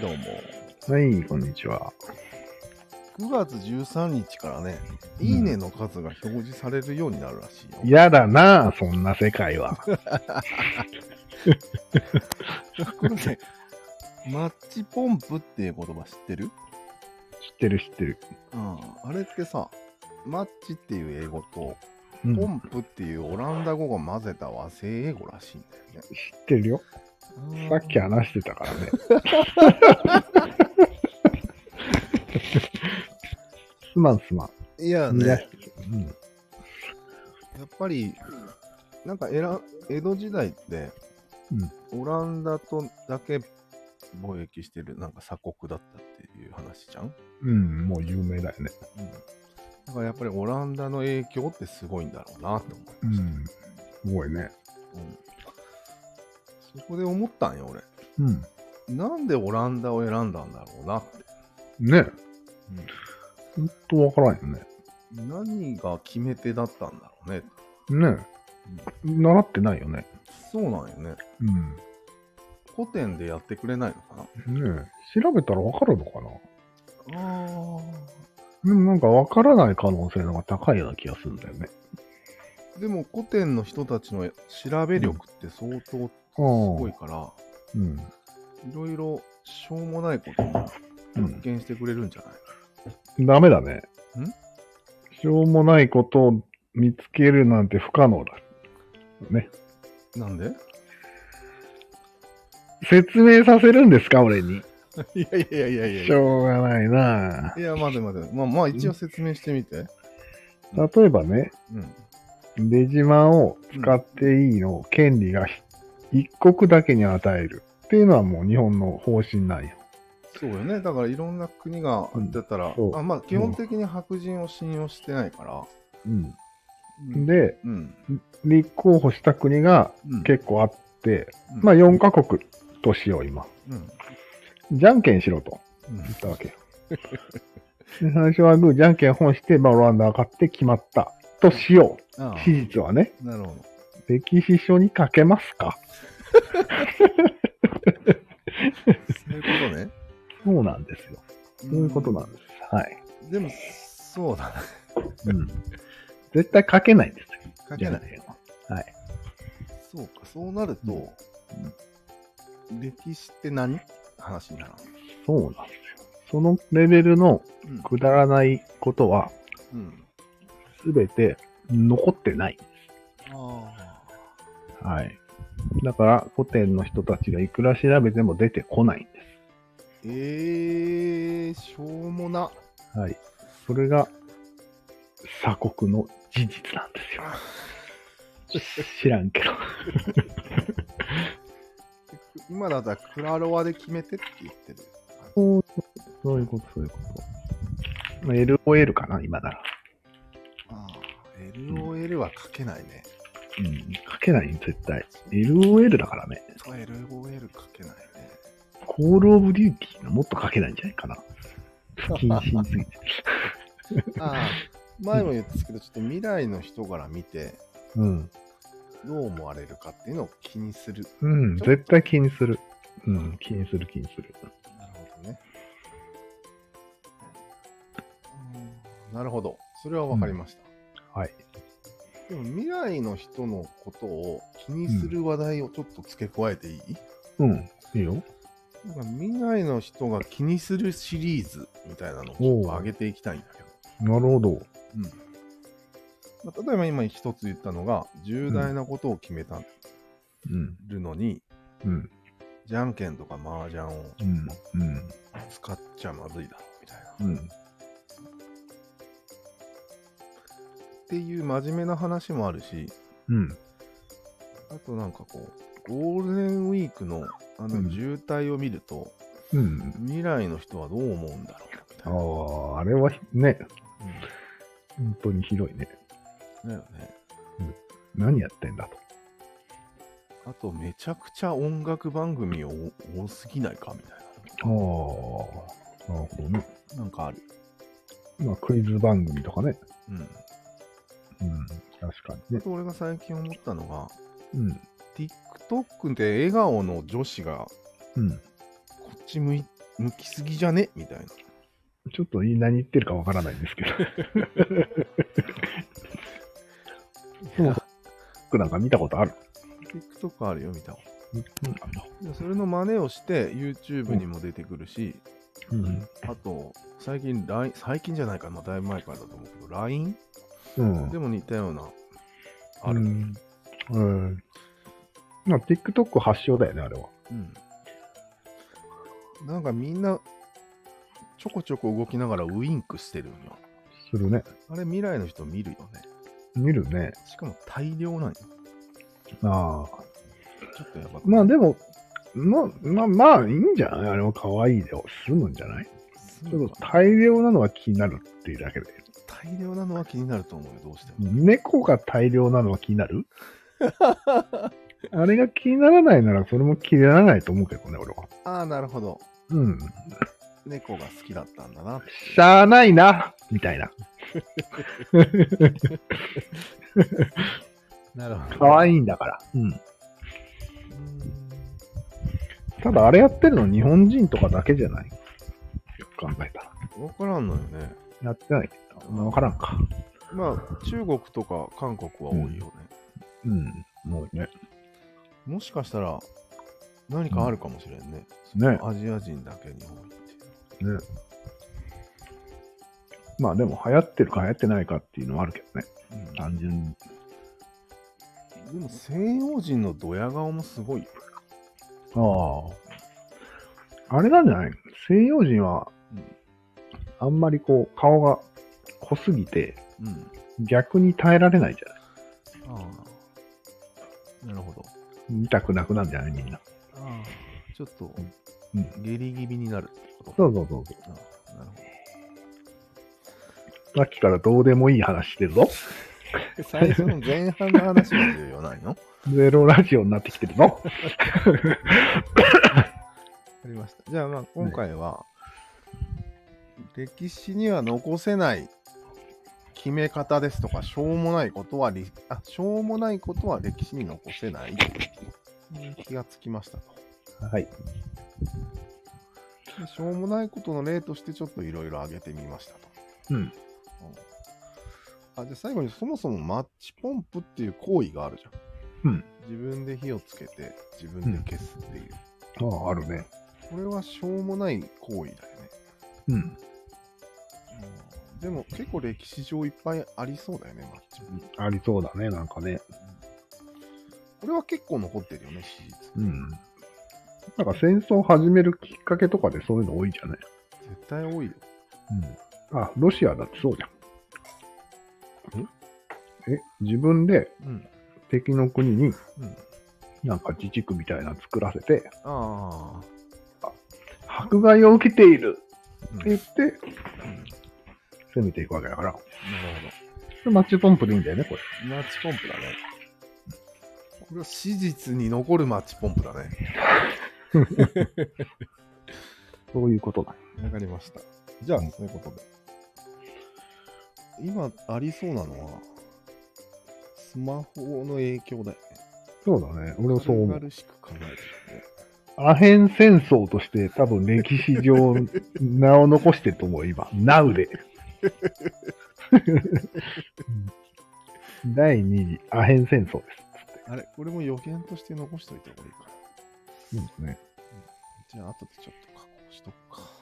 はい、こんにちは。 9月13日からね、いいねの数が表示されるようになるらしいよ。嫌だなあ、そんな世界は。これね、マッチポンプっていう言葉知ってる知ってる知ってる。うん。あれってさ、マッチっていう英語と、うん、ポ知ンプっていうオランダ語が混ぜた和製英語らしいんだよってるよ。ね。さっき話してたからね。すまんすまん。いやいね、ややうん、っぱり、なんかえら江戸時代って、オランダとだけ貿易してる、なんか鎖国だったっていう話じゃんうん、もう有名だよね。だからやっぱりオランダの影響ってすごいんだろうなと思いうました。ん、すごいね。うんそこで思ったんよ、俺。うん。なんでオランダを選んだんだろうなって。ねほんとわからんよね。何が決め手だったんだろうね。ね習ってないよね。そうなんよね。うん。古典でやってくれないのかねえ調べたらわかるのかななあでもなんかわからない可能性の方が高いような気がするんだよね。あ。でも古典の人たちの調べ力って相当すああ。ごいから、うん。いろいろしょうもないことも発見してくれるんじゃない、ダメだね。んしょうもないことを見つけるなんて不可能だ。ね。なんで 説明させるんですか俺に。いやいやいやいやいしや。ょうがないないや、待て待て。まあまあ、一応説明してみて。例えばね、うん。出島を使っていいの権利がひ一国だけに与えるっていうのはもう日本の方針なんや。そうよね。だからいろんな国がうんだったら、そうあまあ基本的に白人を信用してないから。う。うんん、で、うん。立候補した国がうん結構あって、うんまあ4カ国としよう今。うん。じゃんけんしろとうん言ったわけよ。で最初はグーじゃんけん本して、まあオランダが勝って決まったとしよあ う。史実はね、あ、なるほど。歴史書に書けますかそういうことね。そうなんですよ。そういうことなんんです。はい。でも、そうだね。うん。絶対書けないんですよ。書けない。じゃあはい。そうか、そうなると、歴史って何って話になる。そうなんですよ。そのレベルのうん。くだらないことは、うん、すべて残ってない。あはい。だから、古典の人たちがいくら調べても出てこないんでーえー、しょうもな。す。はい。それが、鎖国の事実なんですよ。知らんけど。今だったらクラロワで決めてって言ってる。そうそういうこと、そういうこと。まあ LOL かな、今なら。ああ、LOL は書けないね。うん。書けない、絶対。LOL だからね。そう、LOL 書けないね。コールオブデューティーのもっと書けないんじゃないかな。不謹慎すぎ て。ああ、前も言ったけど、ちょっと未来の人から見て、うん。どう思われるかっていうのを気にする。うん、絶対気にする。うん、気にする、気にする。なるほどね。なるほど。それは分かりました。はい。でも未来の人のことを気にする話題をちょっと付け加えていい、うん、いいよ。なんか未来の人が気にするシリーズみたいなのをちょっと上げていきたいんだけど。なるほど。うんまあ、例えば今一つ言ったのが重大なことを決めたうん、るのに、うん、じゃんけんとか麻雀をうん、うん、使っちゃまずいだろうみたいな、うっん。ていう真面目な話もあるしうん、あとなんかこうゴールデンウィークのあうんの渋滞を見ると、うん。未来の人はどう思うんだろうみたいな、ああ、あれはひね、本当にひどいね。うんだよね何やってんだと。あとめちゃくちゃ音楽番組を多すぎないかみたいああ、なるほどね。ななんかあるまあ、クイズ番組とかね。うんうん、確かにあね。と俺が最近思ったのがうん、 TikTok で笑顔の女子がうん。こっち向い向きすぎじゃねみたいな。ちょっとい何言ってるかわからないんですけど。そういや僕なんか見たことある。 TikTok あるよ、見たこうんとでそれの真似をして YouTube にも出てくるし、うん。あと、最近、LINE 最近じゃないかな、だいぶ前からだと思うけど、LINE うん。でも似たような、ある。ううん。ん。うん。まあ、TikTok 発祥だよね、あれは。なんかみんな、ちょこちょこ動きながらウインクしてるんよ。するね。あれ未来の人見るよね。見るね。しかも大量なんよ。ああ。ちょっとやばくないまあでも、まあ、まあ、まあ、いいんじゃないあれは可愛いで済むんじゃないちそょうっかと大量なのは気になるっていうだけで。大量なのは気になると思うよ、どうしても。猫が大量なのは気になるあれが気にならないなら、それも気にならないと思うけどね、俺は。ああ、なるほど。うん。猫が好きだったんだな。しゃあないなみたいな。なるほど。可愛い。いんだから。うん。ただ、あれやってるの日本人とかだけじゃないよく考えたら。わからんのよね。やってないけど。わからんか。まあ、中国とか韓国は多いよね。うん。もうね。もしかしたら、何かあるかもしれんね。ねアジア人だけに多いっていう。ね。まあでも流行ってるか流行ってないかっていうのはあるけどね。単純に。でも西洋人のドヤ顔もすごいよ。ああ。あれなんじゃない西洋人はうん、あんまりこう、顔が濃すぎて、うん。逆に耐えられないじゃないああ。なるほど。見たくなくなるんじゃないみんな。ああ。ちょっと、うん。下痢気味になるってこと。そううそうそうそああなるほう。さっきからどうでもいい話してるぞ。ど。最初の前半の話が重要ないのわゼロラジオになってきてるぞ。かりました。 じゃあ、まあ、今回は、歴史には残せない決め方ですとか、しょうもないことはり、あ、しょうもないことは歴史に残せない。気がつきましたと。はい。でしょうもないことの例としてちょっといろいろ挙げてみましたと。うん。あじゃあ最後にそもそもマッチポンプっていう行為があるじゃん。うん。自分で火をつけて自分で消すっていう。ああ、あるね。これはしょうもない行為だよね。うん。でも結構歴史上いっぱいありそうだよね、マッチポンプ。ありそうだね、なんかね。これは結構残ってるよね、史実。うん。なんか戦争を始めるきっかけとかでそういうの多いじゃない絶対多いよ。うん。あ、ロシアだってそうじゃん。え自分でうん。敵の国にうん。なんか自治区みたいなの作らせて、ああ。迫害を受けているうんって言ってうんなる攻めていくわけだから。ほど。マッチポンプでいいんだよね、これ。マッチポンプだね。これは史実に残るマッチポンプだね。そういうことだ。わかりました。じゃあ、そういうことで。今、ありそうなのは、スマホの影響だよね。そうだね。俺もそう思う。軽々しく考えてるね。アヘン戦争として多分歴史上名を残してると思う、 今。NOW で。第2次アヘン戦争です。あれ、これも予言として残しておいた方がいいかな。そうですね。じゃあ、後でちょっと加工しとくか。